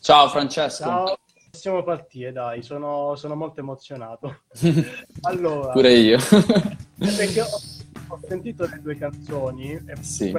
Ciao Francesco. Ciao, possiamo partire, dai, sono, sono molto emozionato. allora, Pure io. perché ho, ho sentito le due canzoni e Sì. quelle